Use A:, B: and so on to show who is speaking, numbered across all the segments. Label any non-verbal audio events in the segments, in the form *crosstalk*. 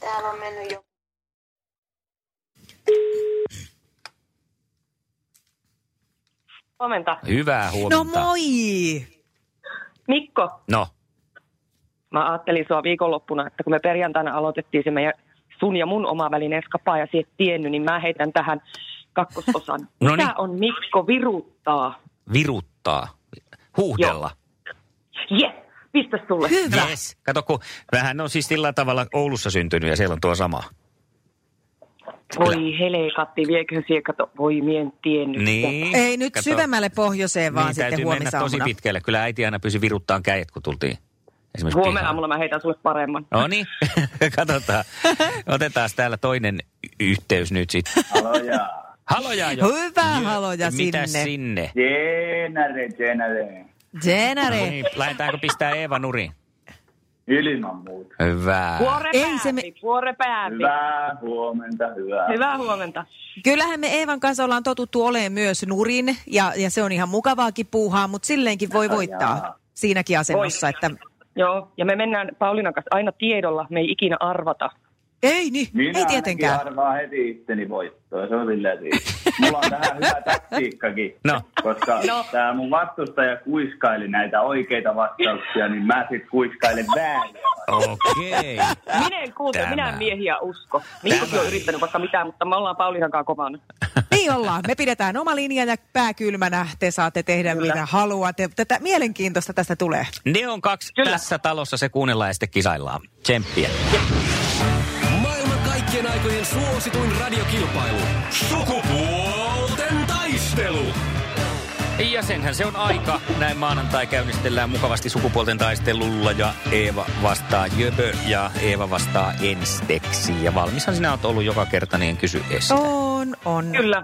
A: Täällä on mennyt jo.
B: Huomenta.
C: Hyvää
D: No
C: huomenta.
D: moi!
C: Niin,
B: Mikko,
C: No,
B: mä ajattelin sua viikonloppuna, että kun me perjantaina aloitettiin se meidän sun ja mun oma välinen eskapaa ja siitä tiennyt, niin mä heitän tähän kakkososan.
C: *laughs* No
B: Mitä
C: niin.
B: on Mikko viruttaa?
C: viruttaa. Huuhdella.
B: Je, pistä sulle.
D: Hyvä!
C: Yes. Kato, kun vähän on siis sillä tavalla Oulussa syntynyt ja siellä on tuo sama.
B: Voi helekatti, viekö siekato? Voi mien tiennyt.
C: Niin.
D: Ei nyt
C: Kato.
D: syvemmälle pohjoiseen vaan
C: niin,
D: sitten
C: täytyy mennä tosi
D: huomisaamuna.
C: pitkälle. Kyllä äiti aina pysyi viruttaan kädet, kun tultiin. Esimerkiksi
B: Huomenna
C: pihaan.
B: aamulla mä heitän sulle paremman.
C: No niin, *laughs* katsotaan. Otetaan täällä toinen y- yhteys nyt sitten.
E: Aloja.
C: Haloja jo.
D: Hyvää haloja
C: Mitä
D: sinne.
C: sinne?
E: Tjenare, tjenare.
C: No
D: Jenare!
C: niin, lähdetäänkö pistää Eeva nuriin?
E: Ilman muuta.
C: Hyvä.
B: Vuore
D: Ei se
B: pääpi, vuore pääpi.
E: Hyvää huomenta, hyvää.
B: Hyvää huomenta.
D: Kyllähän me Eevan kanssa ollaan totuttu olemaan myös nurin, ja, ja se on ihan mukavaakin puuhaa, mutta silleenkin voi voittaa
E: jaa.
D: siinäkin asennossa, että
B: Joo, ja me mennään Paulinan kanssa aina tiedolla, me ei ikinä arvata.
D: ei niin,
E: Minä
D: ei
E: ainakin
D: tietenkään.
E: arvaan heti itteni voittoa, se on sillä siinä. Mulla on tähän hyvä taktiikkakin,
C: No.
E: koska
B: No.
E: tämä mun vastustaja kuiskaili näitä oikeita vastauksia, niin mä sit kuiskailen väärin.
C: Okei.
B: Minä en kuuntele,
C: Tämä.
B: minä en miehiä usko. Mikkokin on yrittänyt vaikka mitään, mutta me ollaan Paulinan kanssa kovana.
D: Niin ollaan, me pidetään oma linja ja pää kylmänä, te saatte tehdä Kyllä. mitä haluatte. Tätä mielenkiintoista tästä tulee.
C: Ne on kaksi
B: Kyllä.
C: tässä talossa, se kuunnellaan ja sitten kisaillaan. Tsemppiä.
F: Maailman kaikkien aikojen suosituin radiokilpailu. Sukupuolten taistelu.
C: Ja senhän se on aika. Näin maanantai käynnistellään mukavasti sukupuolten taistelulla ja Eeva vastaa Jöbö ja Eeva vastaa Ensteksi. Ja valmishan sinä oot ollut joka kerta, niin en kysy
B: No.
C: estä.
D: On, on.
B: Kyllä.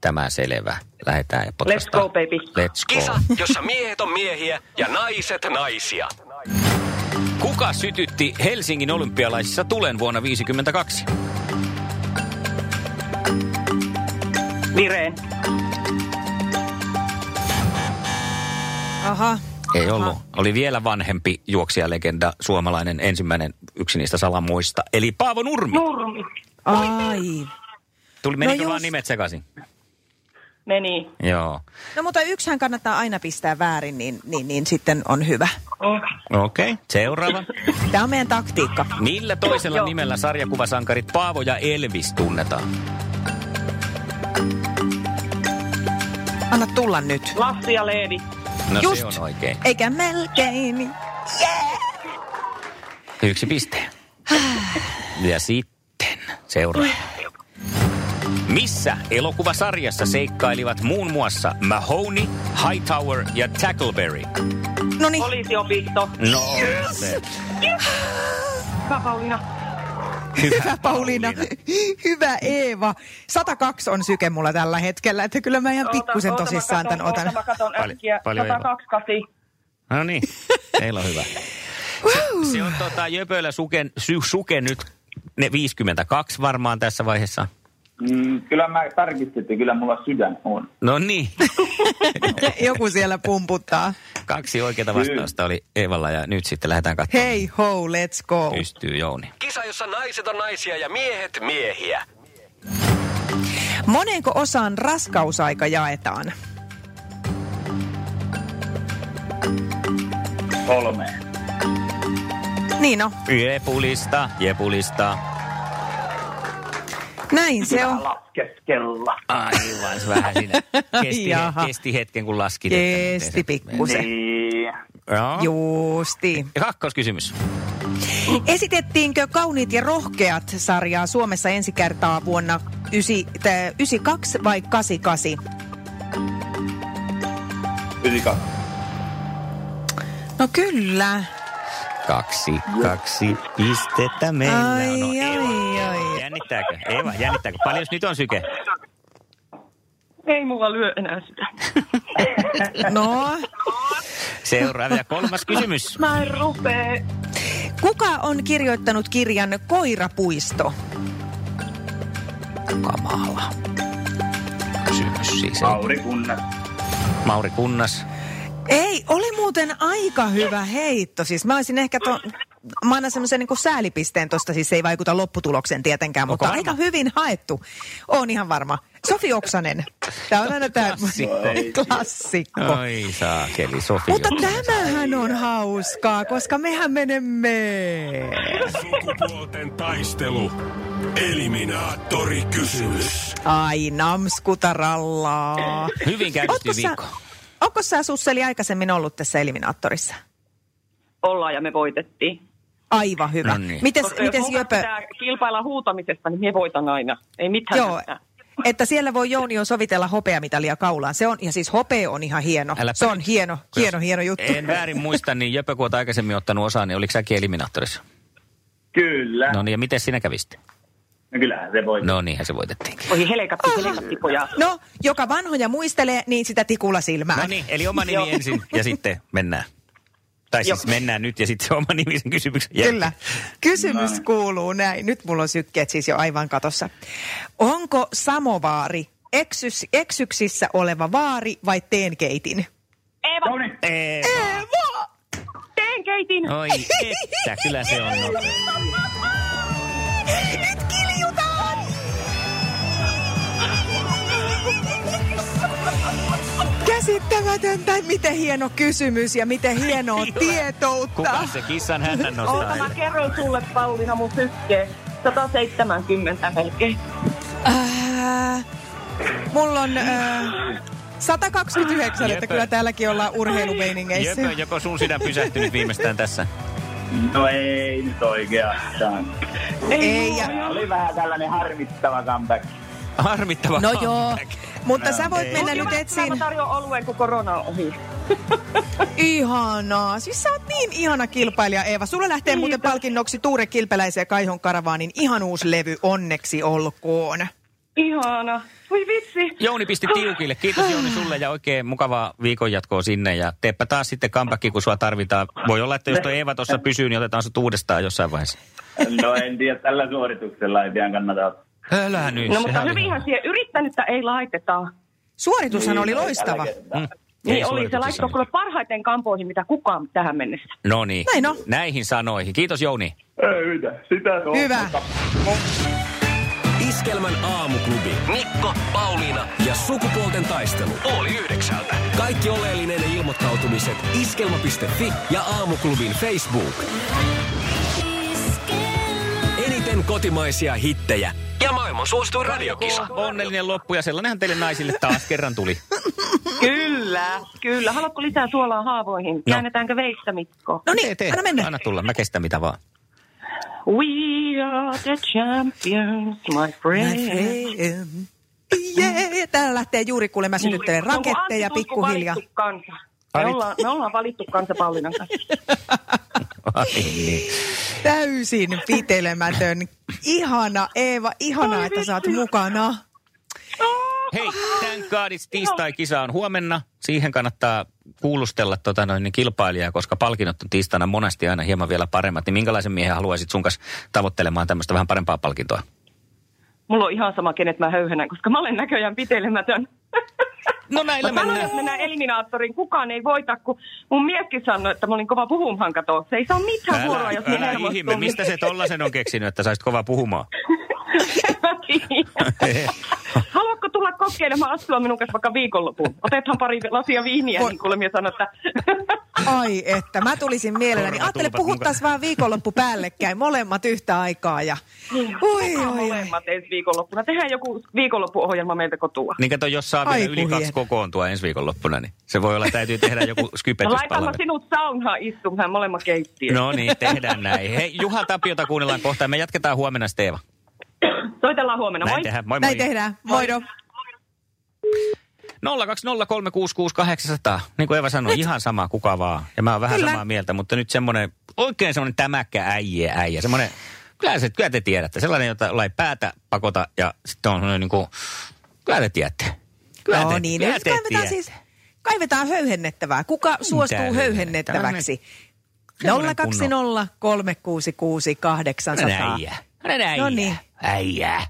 C: Tämä selvä. Lähetään ja
B: Let's
C: potkastaan.
B: go, baby.
C: Let's go.
F: Kisa, jossa miehet on miehiä ja naiset naisia.
C: Kuka sytytti Helsingin olympialaisissa tulen vuonna 52?
B: Vireen.
D: Aha.
C: Ei ollut. Oli vielä vanhempi juoksijalegenda, suomalainen ensimmäinen yksi niistä salamuista, eli Paavo Nurmi.
B: Nurmi.
D: Ai.
C: Tuli, menikö
D: No
C: vaan
D: just.
C: nimet sekaisin?
B: Meni.
C: Joo.
D: No mutta yksihän kannattaa aina pistää väärin, niin, niin, niin sitten on hyvä.
B: Mm.
C: Okei, okay. seuraava.
D: Tämä on meidän taktiikka.
C: Millä toisella
B: Joo.
C: nimellä sarjakuvasankarit Paavo ja Elvis tunnetaan?
D: Anna tulla nyt.
B: Lassi ja Leevi.
C: No
D: Just.
C: se on oikein.
D: Eikä melkein.
C: Yksi piste. Ja sitten seuraava. Missä elokuvasarjassa seikkailivat muun muassa Mahoney, Hightower ja Tackleberry?
D: No niin,
B: Poliisiopisto.
C: No, se.
B: Hyvä, Pauliina.
D: hyvä Pauliina. *laughs* Hyvä Eeva. 102 on syke mulla tällä hetkellä, että kyllä mä ihan pikkusen
B: Oota, oota, mä
D: tosissaan tämän
B: katon,
D: otan.
B: Oota, mä katon
C: Paljon-
B: äkkiä.
C: paljon ei ole.
B: 128.
C: No niin, teillä on hyvä. Se, se on tota, Jöpöllä suken, sy, suke nyt ne 52 varmaan tässä vaiheessa.
E: Mm, kyllä mä tarkistin, että kyllä mulla sydän on.
C: No niin,
D: *laughs* Joku siellä pumputtaa.
C: kaksi oikeaa vastausta oli Evalla ja nyt sitten lähdetään katsomaan.
D: Hei ho, let's go.
C: Pystyy Jouni.
F: Kisa, jossa naiset on naisia ja miehet miehiä.
D: Monenko osaan raskausaika jaetaan?
E: Kolme.
D: Niin no,
C: Jepulista, jepulista.
D: näin se on.
E: Laskeskella.
C: Aivan, se vähän siinä kesti,
D: Jaha.
C: kesti hetken, kun laskit. että miten se-
D: Kesti pikkusen.
E: Niin.
C: Joo.
D: Justi.
C: Ja kakkoskysymys.
D: Esitettiinkö Kauniit ja rohkeat sarjaa Suomessa ensi kertaa vuonna 9, tää, 92 vai 88?
E: Yli kaksi.
D: No kyllä.
C: Kaksi, kaksi pistettä meillä
D: Ai,
C: on. No,
D: ai,
C: Eeva,
D: ai.
C: Jännittääkö? Eeva, jännittääkö? Paljon nyt on syke?
B: Ei mulla lyö enää sitä.
D: No,
C: Seuraava ja kolmas kysymys.
B: Mä en rupee.
D: kuka on kirjoittanut kirjan Koirapuisto?
C: Kamala. Kysymys siis. ei.
E: Mauri kunnas.
C: Mauri Kunnas.
D: Ei, oli muuten aika hyvä heitto. Siis mä olisin ehkä ton... mä annan semmoisen niin säälipisteen tosta, siis se ei vaikuta lopputulokseen tietenkään,
C: Onko
D: mutta
C: varma?
D: aika hyvin haettu. On ihan varma. Sofi Oksanen. Tämä on aina tämä
C: Klassikko.
D: klassikko.
C: Ai saakeli, Sofia.
D: Mutta tämähän on hauskaa, koska mehän menemme.
A: Sukupuolten taistelu. Eliminaattori kysymys.
D: Ai namskutarallaa.
C: Hyvin
D: Ootko
C: käynnistyy
D: sä,
C: viikko.
D: onko sä Susseli aikaisemmin ollut tässä eliminaattorissa?
B: Ollaan ja me voitettiin.
D: Aivan hyvä.
C: No niin.
D: Mites,
B: Koska
D: mites
B: jos multa
D: Jöpö?
B: pitää kilpailla huutamisesta, niin me voitan aina. Ei mitään.
D: Joo,
B: hätää.
D: että siellä voi Jouni on sovitella hopeamitalia kaulaan. Se on, ja siis hopea on ihan hieno.
C: Älä
D: se on
C: pä-
D: hieno, hieno, hieno juttu.
C: En väärin muista, niin Jöpö, kun oot aikaisemmin ottanut osaa, niin oliko säkin eliminaattorissa?
E: Kyllä.
C: No niin, ja miten sinä kävisit?
E: No kyllähän se voi.
C: No niinhän se voitettiinkin.
B: Oi helkatti, helkatti pojat.
D: No, joka vanhoja muistelee, niin sitä tikulla silmään.
C: No niin, eli oma
B: Joo.
C: nimi ensin ja sitten mennään. Tai siis mennään nyt ja sitten se oma nimi sen kysymyksen jälkeen.
D: Kyllä. Kysymys kuuluu näin. Nyt mulla on sykkeet siis jo aivan katossa. Onko samovaari eksys, eksyksissä oleva vaari vai teenkeitin?
B: Eeva,
E: No niin.
C: Ee,
D: Eeva!
B: teen keitin.
C: Oi että, kyllä se on. No, nopea.
D: Nyt kiljutaan! Käsittämätöntä, miten hieno kysymys ja miten hienoa
C: Kuka
D: tietoutta.
C: se kissan hännän
B: Oota, mä
C: nostaa?
B: kerron sulle, Pauliina, mun sykkeen. 170 melkein.
D: Äh, mulla on äh, 129, että
C: Jöpö.
D: kyllä täälläkin ollaan urheilumeiningeissä.
C: Jöpö, joko sun sydän pysähtynyt viimeistään tässä?
E: No ei nyt oikeastaan.
D: Ei, ja,
E: Oli vähän tällainen harmittava comeback.
C: Harmittava
D: no joo,
C: comeback.
D: mutta sä voit mennä
B: Mut
D: nyt
B: hyvä, kyllä
D: etsiin.
B: Mä tarjoan oluen, kun korona on ohi.
D: Ihanaa. Siis sä oot niin ihana kilpailija, Eeva. Sulla lähtee muuten palkinnoksi Tuure Kilpeläisen ja Kaihon Karavaanin ihan uusi levy. Onneksi olkoon.
B: Ihana. Voi vitsi.
C: Jouni pisti tiukille. Kiitos Jouni sulle ja oikein mukavaa viikonjatkoa sinne. Ja teepä taas sitten comeback, kun sua tarvitaan. Voi olla, että jos tuo Eeva tuossa pysyy, niin otetaan sut uudestaan jossain vaiheessa.
E: No en tiedä, tällä suorituksella ei pian kannata ottaa.
C: Älä nyt.
B: No mutta
C: sehän oli-
B: hyvinhän siihen yrittänyttä ei laiteta.
D: Suoritushan oli
E: Niin,
D: loistava.
E: tällä kertaa.
C: Ei
B: Niin oli, se
C: suorituksessa
B: laittoi
C: mitään.
B: kyllä parhaiten kampoihin, mitä kukaan tähän mennessä.
C: No niin.
D: Näin on.
C: Näihin sanoihin. Kiitos Jouni.
E: Ei mitään, sitä se on.
D: Hyvä.
A: Iskelmän aamuklubi.
F: Mikko, Pauliina
A: Ja sukupuolten taistelu.
F: oli yhdeksältä.
A: Kaikki oleellinen ilmoittautumiset iskelma.fi ja aamuklubin Facebook. Eniten kotimaisia hittejä.
F: Ja maailman suosituin radiokisa.
C: Onnellinen loppu ja sellainenhan teille naisille taas kerran tuli.
B: Kyllä, kyllä. Haluatko lisää suolaa haavoihin? No. Käännetäänkö veistä, Mikko?
D: No niin, anna mennä.
C: Anna tulla, mä kestän mitä vaan.
B: We are the champions, my
D: My
B: friend.
D: friend. Jee, täällä lähtee juuri kuule, mä sytyttelen raketteja
B: Onko Antti Tutku
D: pikkuhiljaa.
B: valittu kansa? Me
C: Ai-
B: ollaan, me ollaan valittu kansa Paulinan kanssa.
C: Ai niin.
D: Täysin pitelemätön. Ihana Eeva, ihanaa, että sä oot mukana.
C: Hei, thank god it's tiistai-kisa on huomenna. Siihen kannattaa kuulustella tota noin, niin kilpailijaa, koska palkinnot on tiistaina monesti aina hieman vielä paremmat. Niin minkälaisen miehen haluaisit sun kanssa tavoittelemaan tämmöistä vähän parempaa palkintoa?
B: Mulla on ihan sama, kenet mä höyhenän, koska mä olen näköjään pitelemätön.
C: No näillä
B: Mä sanoin, että mennään eliminaattoriin. Kukaan ei voita, kun mun mieskin sanoi, että mä olin kova puhumaan kato. Se ei saa mitään vuoroa, jos minä
C: älä ihme, mistä se tollasen on keksinyt, että saisit kovaa puhumaan? *laughs*
B: Haluatko tulla kokeilemaan astua minun kanssa vaikka viikonlopun? Otethan pari lasia viiniä,
D: Voi-
B: niin kuulemma ja sanon, että
D: Ai että, mä tulisin mielelläni.
C: Korva
D: Ajattele,
C: tulpat
D: puhuttaisiin vaan viikonloppu päällekkäin, molemmat yhtä aikaa. Ja...
C: Niin.
D: Oi, oi,
B: *laughs*
D: oi.
B: molemmat ensi viikonloppuna. Tehdään joku viikonloppuohjelma meiltä kotua.
C: Niin kato, jos saa
D: Ai
C: vielä yli
D: kuhien.
C: kaksi kokoontua ensi viikonloppuna, niin se voi olla, että täytyy tehdä joku
B: No, Laitamme
C: skypetyspalvelu.
B: sinut saunhaan istumaan molemmat keittiöön.
C: No niin, tehdään näin. Hei, Juha Tapiota kuunnellaan kohta. Me jatketaan huomenna, Steeva.
B: Soitellaan huomenna,
C: Näin
B: No moi.
C: tehdään. Moi moi.
D: Näin tehdään. Moido.
C: 020366800. Niin kuin Eva sanoi, ihan sama kuka vaan. Ja mä oon vähän
D: Kyllä.
C: samaa mieltä, mutta nyt semmoinen, oikein semmoinen tämäkkä äijä äijä. Semmoinen, kyllä, se, kyllä te tiedätte. Sellainen, jota jolla ei päätä pakota ja sitten on semmoinen niin kuin, kyllä te tiedätte. Kyllä
D: No
C: te,
D: niin,
C: kyllä
D: nyt
C: te
D: kaivetaan
C: tiedätte.
D: siis, kaivetaan höyhennettävää. Kuka suostuu
C: höyhennettävää?
D: höyhennettäväksi?
C: Semmoinen
D: 020 366 800. niin. *clears throat*
C: Semmoinen äijä. Semmoinen äijä.
D: No niin.
C: Äijä.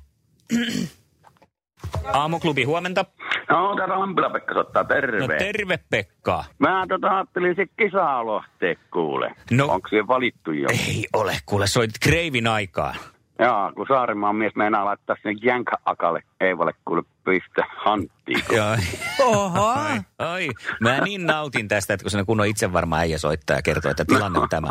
C: Aamuklubi, huomenta.
G: No, täällä Lampila-Pekka soittaa, terve.
C: No terve Pekka.
G: Mä tota ajattelin se kisaa aloittaa kuule.
C: No.
G: Onko siihen valittu jo?
C: Ei ole, kuule, soit kreivin aikaa.
G: Jaa, kun Saarimaan mies meinaa laittaa sinne jänkäakalle Eivalle kuule pistä
C: *laughs*
G: hanttiin. kun-
C: Joo.
D: Oho.
C: Ai, ai, mä niin nautin tästä, että kun sinä kunnon itse varmaan äijä soittaa ja kertoo, että tilanne on tämä.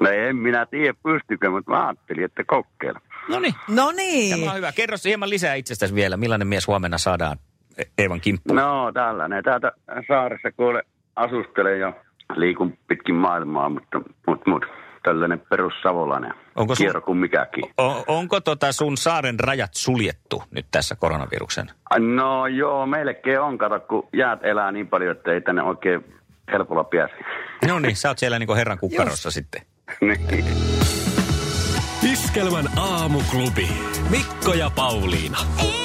G: No en minä tiedä pystykö, mutta mä ajattelin, että kokeilla.
C: No niin,
D: No
C: tämä
D: niin.
C: on hyvä. Kerro hieman lisää itsestäsi vielä, millainen mies huomenna saadaan E- Eevan kimppuun.
G: No tällainen. Täältä saaressa kuule asustelen jo liikun pitkin maailmaa, mutta mut, mut, tällainen perussavolainen.
C: Onko sun-
G: Kierro kuin mikäkin.
C: O- onko tota sun saaren rajat suljettu nyt tässä koronaviruksen?
G: No joo, melkein on, kato, kun jäät elää niin paljon, että ei tänne oikein helpolla pääse. *laughs*
C: No niin, sä oot siellä niinku herran kukkarossa sitten.
G: niin.
F: Iskelmän aamuklubi. Mikko ja Pauliina.
H: Iskelmä.